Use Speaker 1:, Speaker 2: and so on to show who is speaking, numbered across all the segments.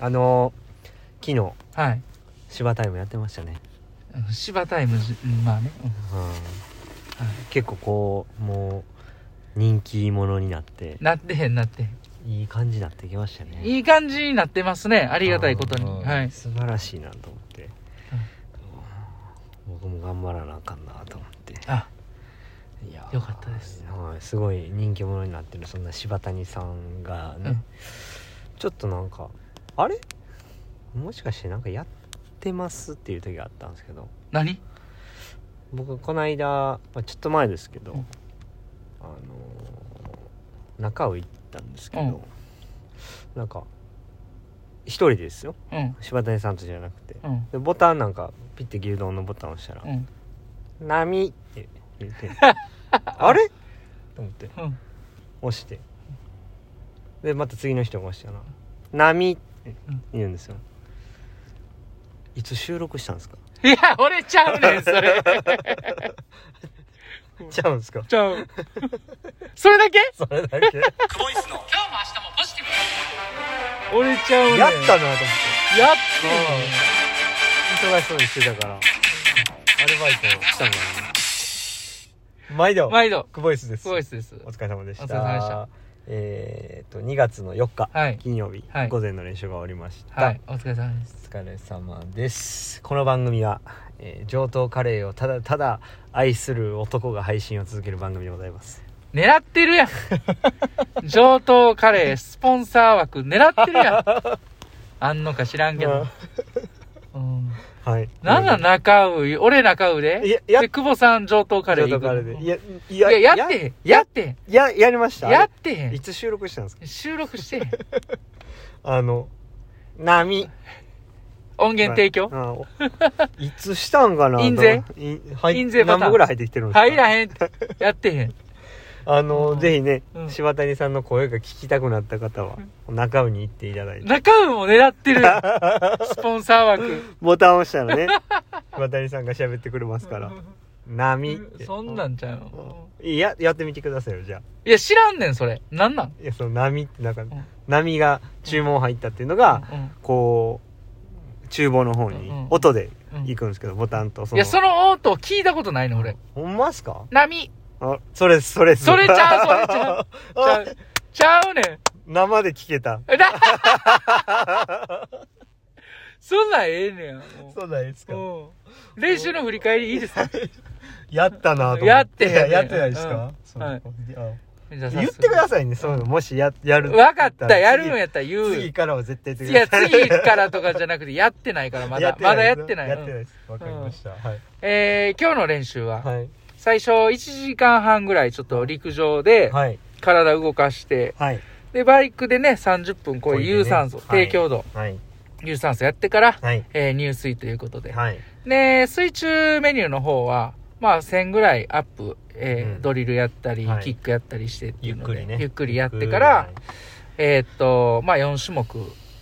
Speaker 1: あの昨日
Speaker 2: はい
Speaker 1: 芝タイムやってましたね、
Speaker 2: うん芝タイムじうんまあね、うん
Speaker 1: うん、
Speaker 2: はい
Speaker 1: 結構こうもう人気者になって
Speaker 2: なってへんなってへん
Speaker 1: いい感じになってきましたね
Speaker 2: い
Speaker 1: い
Speaker 2: い感じになってますねありがたいことにはい
Speaker 1: 素晴らしいなと思って、僕も頑張らなあかんなと思って
Speaker 2: あ
Speaker 1: いや
Speaker 2: よかったです、
Speaker 1: はい、すごい人気者になってるそんな柴谷さんがね、
Speaker 2: うん
Speaker 1: ちょっとなんかあれもしかしてなんかやってますっていう時があったんですけど
Speaker 2: 何
Speaker 1: 僕この間、まあ、ちょっと前ですけど、
Speaker 2: うん
Speaker 1: あのー中を行ったんですけど、
Speaker 2: うん
Speaker 1: なんか一人ですよ
Speaker 2: うん
Speaker 1: 柴谷さんとじゃなくて
Speaker 2: うん
Speaker 1: でボタンなんかピッて牛丼のボタンを押したら
Speaker 2: うん
Speaker 1: 「波」って言 ってあれと思って
Speaker 2: うん
Speaker 1: 押してでまた次の人が押したら「波」って言うんですよ、いつ収録したんですか
Speaker 2: いや俺ちゃうねんそれ
Speaker 1: ちゃうんですか
Speaker 2: ちゃうそれだけ
Speaker 1: それだけや
Speaker 2: 今日も明日もポジティブ俺ちゃうねん
Speaker 1: ったなと思って
Speaker 2: やっ
Speaker 1: 忙しそうにしてたからアルバイトしたんだな毎
Speaker 2: た
Speaker 1: 度
Speaker 2: 毎度
Speaker 1: クボイスです
Speaker 2: すごいです
Speaker 1: お疲れ様でした
Speaker 2: お疲れ様でした
Speaker 1: えーっと2月の4日、
Speaker 2: はい
Speaker 1: 金曜日、
Speaker 2: はい
Speaker 1: 午前の練習が終わりました、
Speaker 2: はいお疲れ様です
Speaker 1: お疲れ様ですこの番組は、えー上等カレーをただただ愛する男が配信を続ける番組でございます
Speaker 2: 狙ってるやん上等カレースポンサー枠狙ってるやんあんのか知らんけど、うん、
Speaker 1: はい
Speaker 2: なんなん中尾俺中尾
Speaker 1: い
Speaker 2: で
Speaker 1: ややっ
Speaker 2: で久保さん上等カレー
Speaker 1: 上等
Speaker 2: 行く
Speaker 1: カレーでい
Speaker 2: や
Speaker 1: やい
Speaker 2: いややってへんやってへん
Speaker 1: ややりました
Speaker 2: やってへ
Speaker 1: い
Speaker 2: ん
Speaker 1: つ収録したんですか
Speaker 2: 収録してへん
Speaker 1: あの波
Speaker 2: 音源提供
Speaker 1: はいあおいつしたんかな
Speaker 2: 印税
Speaker 1: いはい
Speaker 2: 印税パターン
Speaker 1: 何本ぐらい入ってきてるんですか
Speaker 2: 入らへんってやってへん
Speaker 1: あの、
Speaker 2: うん
Speaker 1: ぜひね、
Speaker 2: うん
Speaker 1: 柴谷さんの声が聞きたくなった方は、中尾に行っていただいて、
Speaker 2: 中尾も狙ってるスポンサー枠
Speaker 1: ボタンを押したらね、 柴谷さんが喋ってくれますから、波って。
Speaker 2: そんなんちゃうの
Speaker 1: うん。いや、やってみてくださいよ、じゃあ。
Speaker 2: いや知らんねんそれなんなん
Speaker 1: いや、その波って、なんか、
Speaker 2: ん
Speaker 1: 波が注文入ったっていうのが、
Speaker 2: うん
Speaker 1: こう、厨房の方に
Speaker 2: うん、
Speaker 1: 音で
Speaker 2: うん
Speaker 1: 行くんですけど、ボタンと、そ
Speaker 2: いやその音聞いたことないの俺
Speaker 1: ほんまっすか
Speaker 2: 波
Speaker 1: あ、それです、それです。
Speaker 2: それちゃうそれち ゃうちゃ
Speaker 1: あ
Speaker 2: う、ちゃ うねん。
Speaker 1: 生で聞けた。
Speaker 2: えだそんなんええねん。も
Speaker 1: そうないです
Speaker 2: ううん練習の振り返りいいで すか
Speaker 1: やったなと思
Speaker 2: やってへん
Speaker 1: いややってないですか、
Speaker 2: うん
Speaker 1: そう
Speaker 2: はい
Speaker 1: あ
Speaker 2: 言
Speaker 1: 言ってくだ
Speaker 2: い。
Speaker 1: さいね、そういうの。もしや、やる。
Speaker 2: わかった、やるんや
Speaker 1: っ
Speaker 2: ったら言
Speaker 1: たら
Speaker 2: う
Speaker 1: 次
Speaker 2: よ。
Speaker 1: 次からは絶対言っ
Speaker 2: い
Speaker 1: て
Speaker 2: や、
Speaker 1: ください。
Speaker 2: 次からとかじゃなくて、やってないから、まだ、まだやってない。
Speaker 1: やって
Speaker 2: う
Speaker 1: なんいです。わかりました。はい。
Speaker 2: えー今日の練習は、
Speaker 1: はい。
Speaker 2: 最初1時間半ぐらいちょっと陸上で
Speaker 1: はい。
Speaker 2: 体動かして、
Speaker 1: はい。
Speaker 2: で、バイクでね、30分こういう有酸素、
Speaker 1: こういうね
Speaker 2: 低強度、
Speaker 1: はい。
Speaker 2: 有酸素やってから、
Speaker 1: はい。
Speaker 2: えー入水ということで、
Speaker 1: はい。
Speaker 2: で、水中メニューの方は、まあ、1000ぐらいアップ、えー
Speaker 1: うん
Speaker 2: ドリルやったり、
Speaker 1: はい
Speaker 2: キックやったりしてってい
Speaker 1: ゆ
Speaker 2: う
Speaker 1: っ
Speaker 2: の
Speaker 1: く
Speaker 2: で、
Speaker 1: りね。
Speaker 2: ゆっくりやってから、、えーっと、まあ、4種目、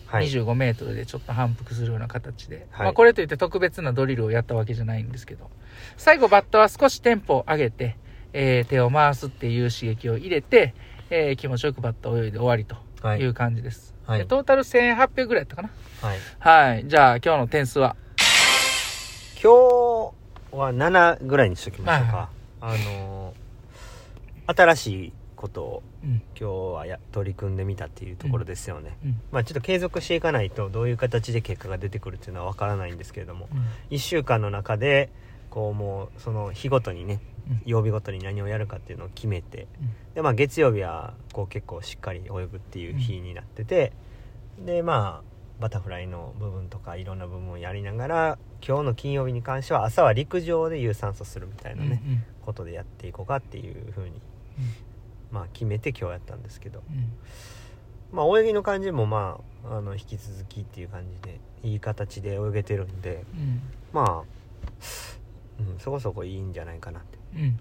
Speaker 1: はい。
Speaker 2: 25メートルでちょっと反復するような形で、
Speaker 1: はい
Speaker 2: まあ、これといって特別なドリルをやったわけじゃないんですけど、最後、バットは少しテンポを上げて、えー手を回すっていう刺激を入れて、えー気持ちよくバットを泳いで終わりと
Speaker 1: はい
Speaker 2: いう感じです。
Speaker 1: はい
Speaker 2: でトータル1800ぐらいやったかな。
Speaker 1: はい。
Speaker 2: はい。じゃあ、今日の点数は、
Speaker 1: 今日は7ぐらいにしときましょうか。あのー、新しいことを
Speaker 2: うん、
Speaker 1: 今日はや取り組んでみたっていうところですよね。
Speaker 2: うん、
Speaker 1: まあ、ちょっと継続していかないとどういう形で結果が出てくるっていうのは分からないんですけれども
Speaker 2: うん。
Speaker 1: 1週間の中でこうもうその日ごとにね
Speaker 2: うん
Speaker 1: 曜日ごとに何をやるかっていうのを決めて
Speaker 2: う
Speaker 1: で、まあ、月曜日はこう結構しっかり泳ぐっていう日になっててでまあバタフライの部分とかいろんな部分をやりながら今日の金曜日に関しては朝は陸上で有酸素するみたいなね
Speaker 2: うんうん
Speaker 1: ことでやっていこうかっていうふうにまあ決めて今日やったんですけど。
Speaker 2: うん
Speaker 1: まあ、泳ぎの感じもまああの引き続きっていう感じでいい形で泳げてるんで
Speaker 2: うん
Speaker 1: まあ、うん、そこそこいいんじゃないかなって、
Speaker 2: うん
Speaker 1: うん、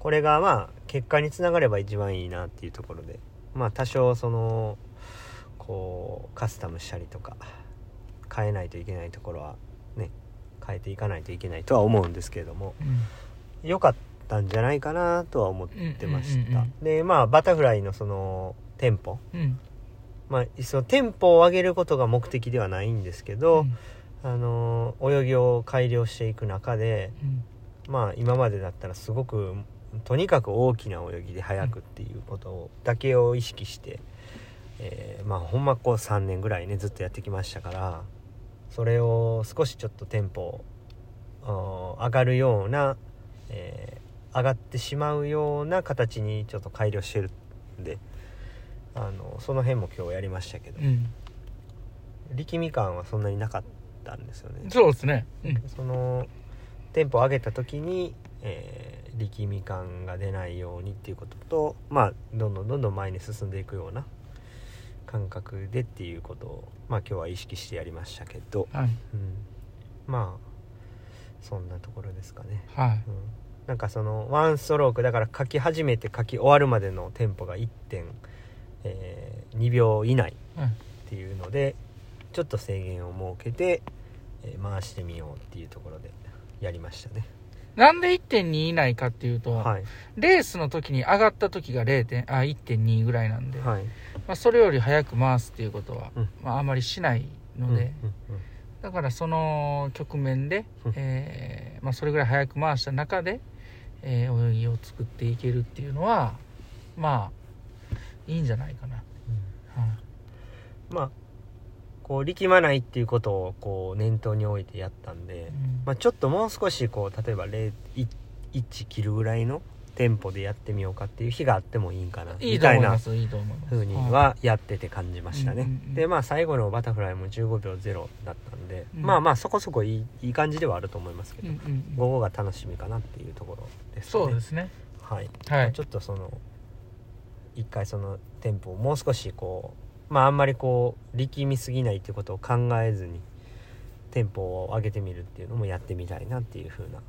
Speaker 1: これがまあ結果につながれば一番いいなっていうところでまあ多少そのこうカスタムしたりとか変えないといけないところはね変えていかないといけないとは思うんですけれども
Speaker 2: うん
Speaker 1: 良かったんじゃないかなとは思ってました、
Speaker 2: うんうんうん
Speaker 1: でまあバタフライのそのテンポ
Speaker 2: うん
Speaker 1: ままあ、そのテンポを上げることが目的ではないんですけど、
Speaker 2: うん
Speaker 1: あの泳ぎを改良していく中で、
Speaker 2: うん
Speaker 1: まあ、今までだったらすごくとにかく大きな泳ぎで速くっていうことをだけを意識して、えーまあ、ほんまこう3年ぐらいねずっとやってきましたからそれを少しちょっとテンポをあー上がるような、えー上がってしまうような形にちょっと改良してるんであのその辺も今日やりましたけど
Speaker 2: うん
Speaker 1: 力み感はそんなになかったんですよね。
Speaker 2: そうですね、うん
Speaker 1: そのテンポを上げた時に、えー力み感が出ないようにっていうこととまあどんどんどんどん前に進んでいくような感覚でっていうことをまあ今日は意識してやりましたけど、
Speaker 2: はい
Speaker 1: うん、まあそんなところですかね。
Speaker 2: はい
Speaker 1: うんなんかそのワンストロークだから書き始めて書き終わるまでのテンポが1.2、えー2秒以内
Speaker 2: うん
Speaker 1: っていうのでちょっと制限を設けて、えー回してみようっていうところでやりましたね
Speaker 2: なんで1.2以内かっていうと、
Speaker 1: はい
Speaker 2: レースの時に上がった時が0点あ1.2ぐらいなんで、
Speaker 1: はい
Speaker 2: まあ、それより早く回すっていうことは、
Speaker 1: うん
Speaker 2: まあ、あまりしないので、だからその局面で
Speaker 1: うん、
Speaker 2: えーまあ、それぐらい早く回した中で、えー泳ぎを作っていけるっていうのはまあいいんじゃないかな、う
Speaker 1: まあこう力まないっていうことをこう念頭に置いてやったんで、
Speaker 2: ん
Speaker 1: まあ、ちょっともう少しこう例えば0 1 1切るぐらいのテンポでやってみようかっていう日があってもいいんかな
Speaker 2: うんいい
Speaker 1: み
Speaker 2: と
Speaker 1: た
Speaker 2: 思
Speaker 1: い
Speaker 2: いま
Speaker 1: な
Speaker 2: すいいと思います
Speaker 1: 風にはやってて感じましたね、
Speaker 2: うんうんうん
Speaker 1: でまあ最後のバタフライも15秒0だったんで、
Speaker 2: うん
Speaker 1: まあまあそこそこいいいい感じではあると思いますけ
Speaker 2: い
Speaker 1: ど、
Speaker 2: うんうんうん
Speaker 1: 午後が楽しみかなっていうところですかね
Speaker 2: そうですね
Speaker 1: はい、
Speaker 2: はい
Speaker 1: ちょっとその一回そのテンポをもう少しこうまああんまりこう力みすぎないっていうことを考えずにテンポを上げてみるっていうのもやってみたいなっていう風な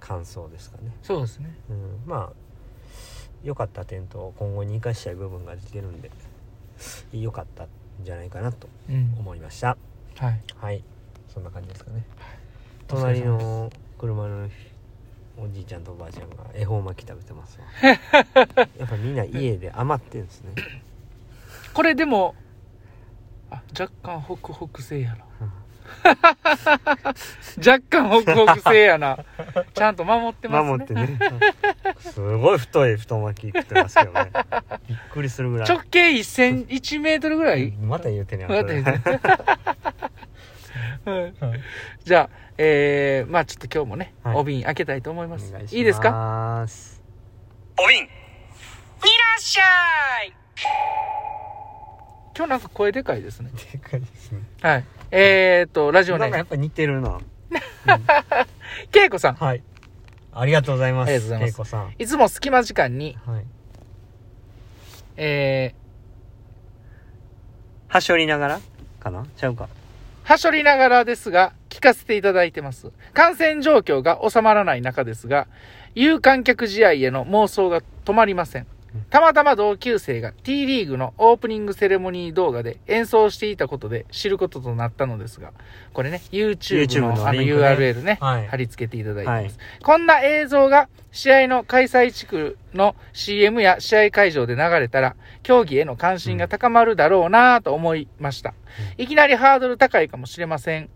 Speaker 1: 感想ですかね、
Speaker 2: そうですね
Speaker 1: うん、まあ良かった点と今後に生かしたい部分が出てるんで良かったんじゃないかなと
Speaker 2: うん
Speaker 1: 思いました
Speaker 2: はい
Speaker 1: はいそんな感じですかね
Speaker 2: お疲れ
Speaker 1: 隣
Speaker 2: 様です
Speaker 1: の車のおじいちゃんとおばあちゃんが恵方巻き食べてます わやっぱみんな家で余ってるんですね
Speaker 2: これでもあ若干ホクホクせいやな若干ホクホクせいやなちゃんと守ってますね
Speaker 1: 守ってねすごい太い太巻き食ってますけどねびっくりするぐらい
Speaker 2: 直径1千1メートルぐらい
Speaker 1: また言うてね
Speaker 2: また言うて
Speaker 1: それ
Speaker 2: はい
Speaker 1: はい
Speaker 2: じゃあ、えー、まあちょっと今日もね、
Speaker 1: はい
Speaker 2: お瓶開けたいと思います。
Speaker 1: お願
Speaker 2: い
Speaker 1: いし
Speaker 2: いですか
Speaker 1: ます
Speaker 2: お瓶いらっしゃい今日なんか声でかいですね。
Speaker 1: でかいですね
Speaker 2: はい。えーと、ラジオ
Speaker 1: な
Speaker 2: ネ
Speaker 1: んか
Speaker 2: ー
Speaker 1: やっ
Speaker 2: ム、
Speaker 1: ぱ似てるな
Speaker 2: けいこさん。
Speaker 1: はいありがとうございます
Speaker 2: ありがとうございます
Speaker 1: 恵子さん
Speaker 2: いつも隙間時間に、
Speaker 1: はい
Speaker 2: え
Speaker 1: はしょりながらかなちゃうか
Speaker 2: ー、はしょりながらですが、聞かせていただいてます。感染状況が収まらない中ですが、有観客試合への妄想が止まりません
Speaker 1: うん。
Speaker 2: たまたま同級生が T リーグのオープニングセレモニー動画で演奏していたことで知ることとなったのですが、これね、YouTube の
Speaker 1: YouTube の
Speaker 2: あの
Speaker 1: リンクね
Speaker 2: URL ね、
Speaker 1: はい
Speaker 2: 貼り付けていただいてます。
Speaker 1: はい
Speaker 2: こんな映像が試合の開催地区の CM や試合会場で流れたら、競技への関心が高まるだろうなぁと思いました。いきなりハードル高いかもしれません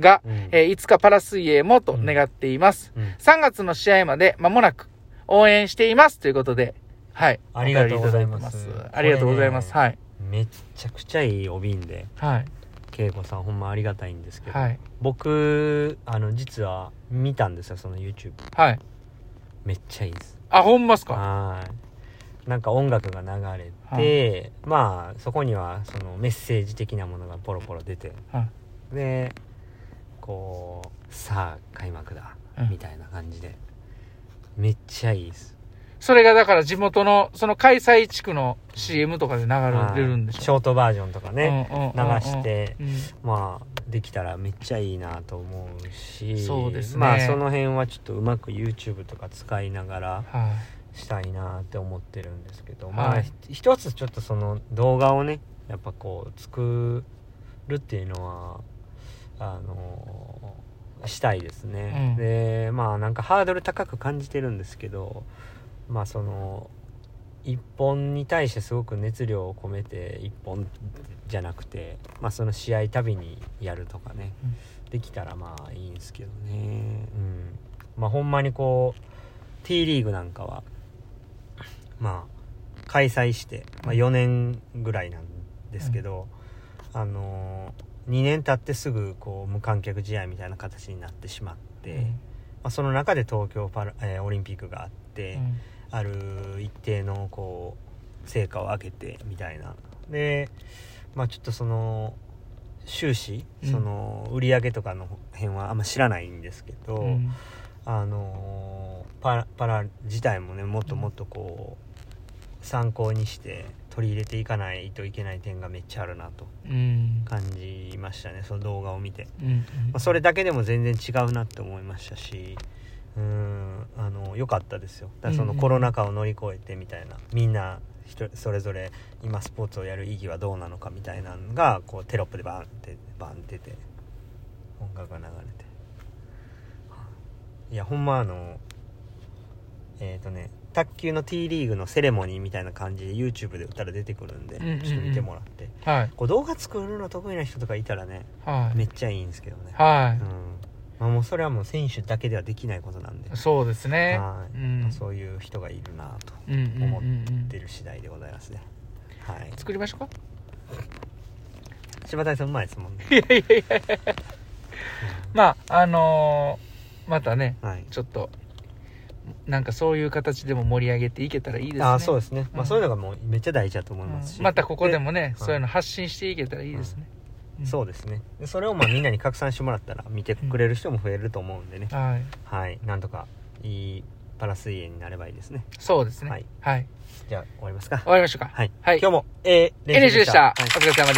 Speaker 2: が、
Speaker 1: うん
Speaker 2: えーいつかパラ水泳もと願っています。
Speaker 1: うん
Speaker 2: 3月の試合まで間もなく応援していますということで、はい。
Speaker 1: ありがとうございます
Speaker 2: お便りいただいてありがとうございます。
Speaker 1: これ
Speaker 2: はい。
Speaker 1: めっちゃくちゃいいお瓶で
Speaker 2: はい。
Speaker 1: 恵子さんほんまありがたいんですけど、
Speaker 2: はい。
Speaker 1: 僕あの実は見たんですよその YouTube
Speaker 2: はい。
Speaker 1: めっちゃいいです
Speaker 2: あ、ほんまっすか
Speaker 1: はいなんか音楽が流れて、まあそこにはそのメッセージ的なものがポロポロ出て
Speaker 2: はい。
Speaker 1: でこうさあ開幕だ
Speaker 2: うん
Speaker 1: みたいな感じで、めっちゃいいです
Speaker 2: それがだから地元の、その開催地区の CM とかで流
Speaker 1: はい
Speaker 2: れるんでしょ
Speaker 1: ショートバージョンとかね、
Speaker 2: うんうんうんうん
Speaker 1: 流して
Speaker 2: うん
Speaker 1: まあできたらめっちゃいいなと思うし
Speaker 2: そうですね
Speaker 1: まあその辺はちょっとうまく YouTube とか使いながら
Speaker 2: はい
Speaker 1: したいなって思ってるんですけど、
Speaker 2: はい
Speaker 1: まあひ一つちょっとその動画をねやっぱこう作るっていうのはあのしたいですね、
Speaker 2: うん
Speaker 1: でまあなんかハードル高く感じてるんですけどまあその一本に対してすごく熱量を込めて一本じゃなくて、まあ、その試合たびにやるとかね、できたらまあいいんですけどね、うんまあ、ほんまにこう T リーグなんかはまあ開催して、まあ、4年ぐらいなんですけど、あの2年経ってすぐこう無観客試合みたいな形になってしまって、まあ、その中で東京パラ、えーオリンピックがあって。
Speaker 2: うん
Speaker 1: ある一定のこう成果を上げてみたいなでまあちょっとその収支
Speaker 2: うん
Speaker 1: その売り上げとかの辺はあんま知らないんですけど、
Speaker 2: うん
Speaker 1: あのーパラパラ自体もねもっともっとこう参考にして取り入れていかないといけない点がめっちゃあるなと
Speaker 2: うん
Speaker 1: 感じましたねその動画を見て。
Speaker 2: うん
Speaker 1: まあ、それだけでも全然違うなって思いましたしうーんあの良かったですよだからそ
Speaker 2: うんう
Speaker 1: の
Speaker 2: ん
Speaker 1: コロナ禍を乗り越えてみたいなみんな人それぞれ今スポーツをやる意義はどうなのかみたいなのがこうテロップでバンってバンってて音楽が流れていやほんまあのえっ、とね卓球の T リーグのセレモニーみたいな感じで YouTube で打ったら出てくるんで
Speaker 2: うんうんうん
Speaker 1: ちょっと見てもらって
Speaker 2: はい
Speaker 1: こう動画作るの得意な人とかいたらね
Speaker 2: はい
Speaker 1: めっちゃいいんですけどね
Speaker 2: は
Speaker 1: うんまあ、もうそれはもう選手だけではできないことなんで、
Speaker 2: いそうですね
Speaker 1: はい
Speaker 2: うん
Speaker 1: そういう人がいるなと
Speaker 2: うんうんうんう
Speaker 1: 思
Speaker 2: ん
Speaker 1: 出る次第でございますね、はい
Speaker 2: 作りましょうか
Speaker 1: 柴谷さんうまいですもんね
Speaker 2: まああのーまたね
Speaker 1: はい
Speaker 2: ちょっとなんかそういう形でも盛り上げていけたらいいですね
Speaker 1: ああそうですね、ま
Speaker 2: う
Speaker 1: あ、
Speaker 2: ん
Speaker 1: そういうのがもうめっちゃ大事だと思いますし、
Speaker 2: うんまたここでもね
Speaker 1: はい
Speaker 2: そういうの発信していけたらいいですね
Speaker 1: でそう
Speaker 2: で
Speaker 1: ですねでそれをまあみんなに拡散してもらったら見てくれる人も増えると思うんでね、
Speaker 2: すはい
Speaker 1: はいなんとかいいパラ水泳になればいいですね
Speaker 2: そうですねは
Speaker 1: はいいじゃあ終わりますか
Speaker 2: 終わりましょうか
Speaker 1: はい、
Speaker 2: はい
Speaker 1: 今日もええ
Speaker 2: N でしたお
Speaker 1: はい
Speaker 2: 疲れ様です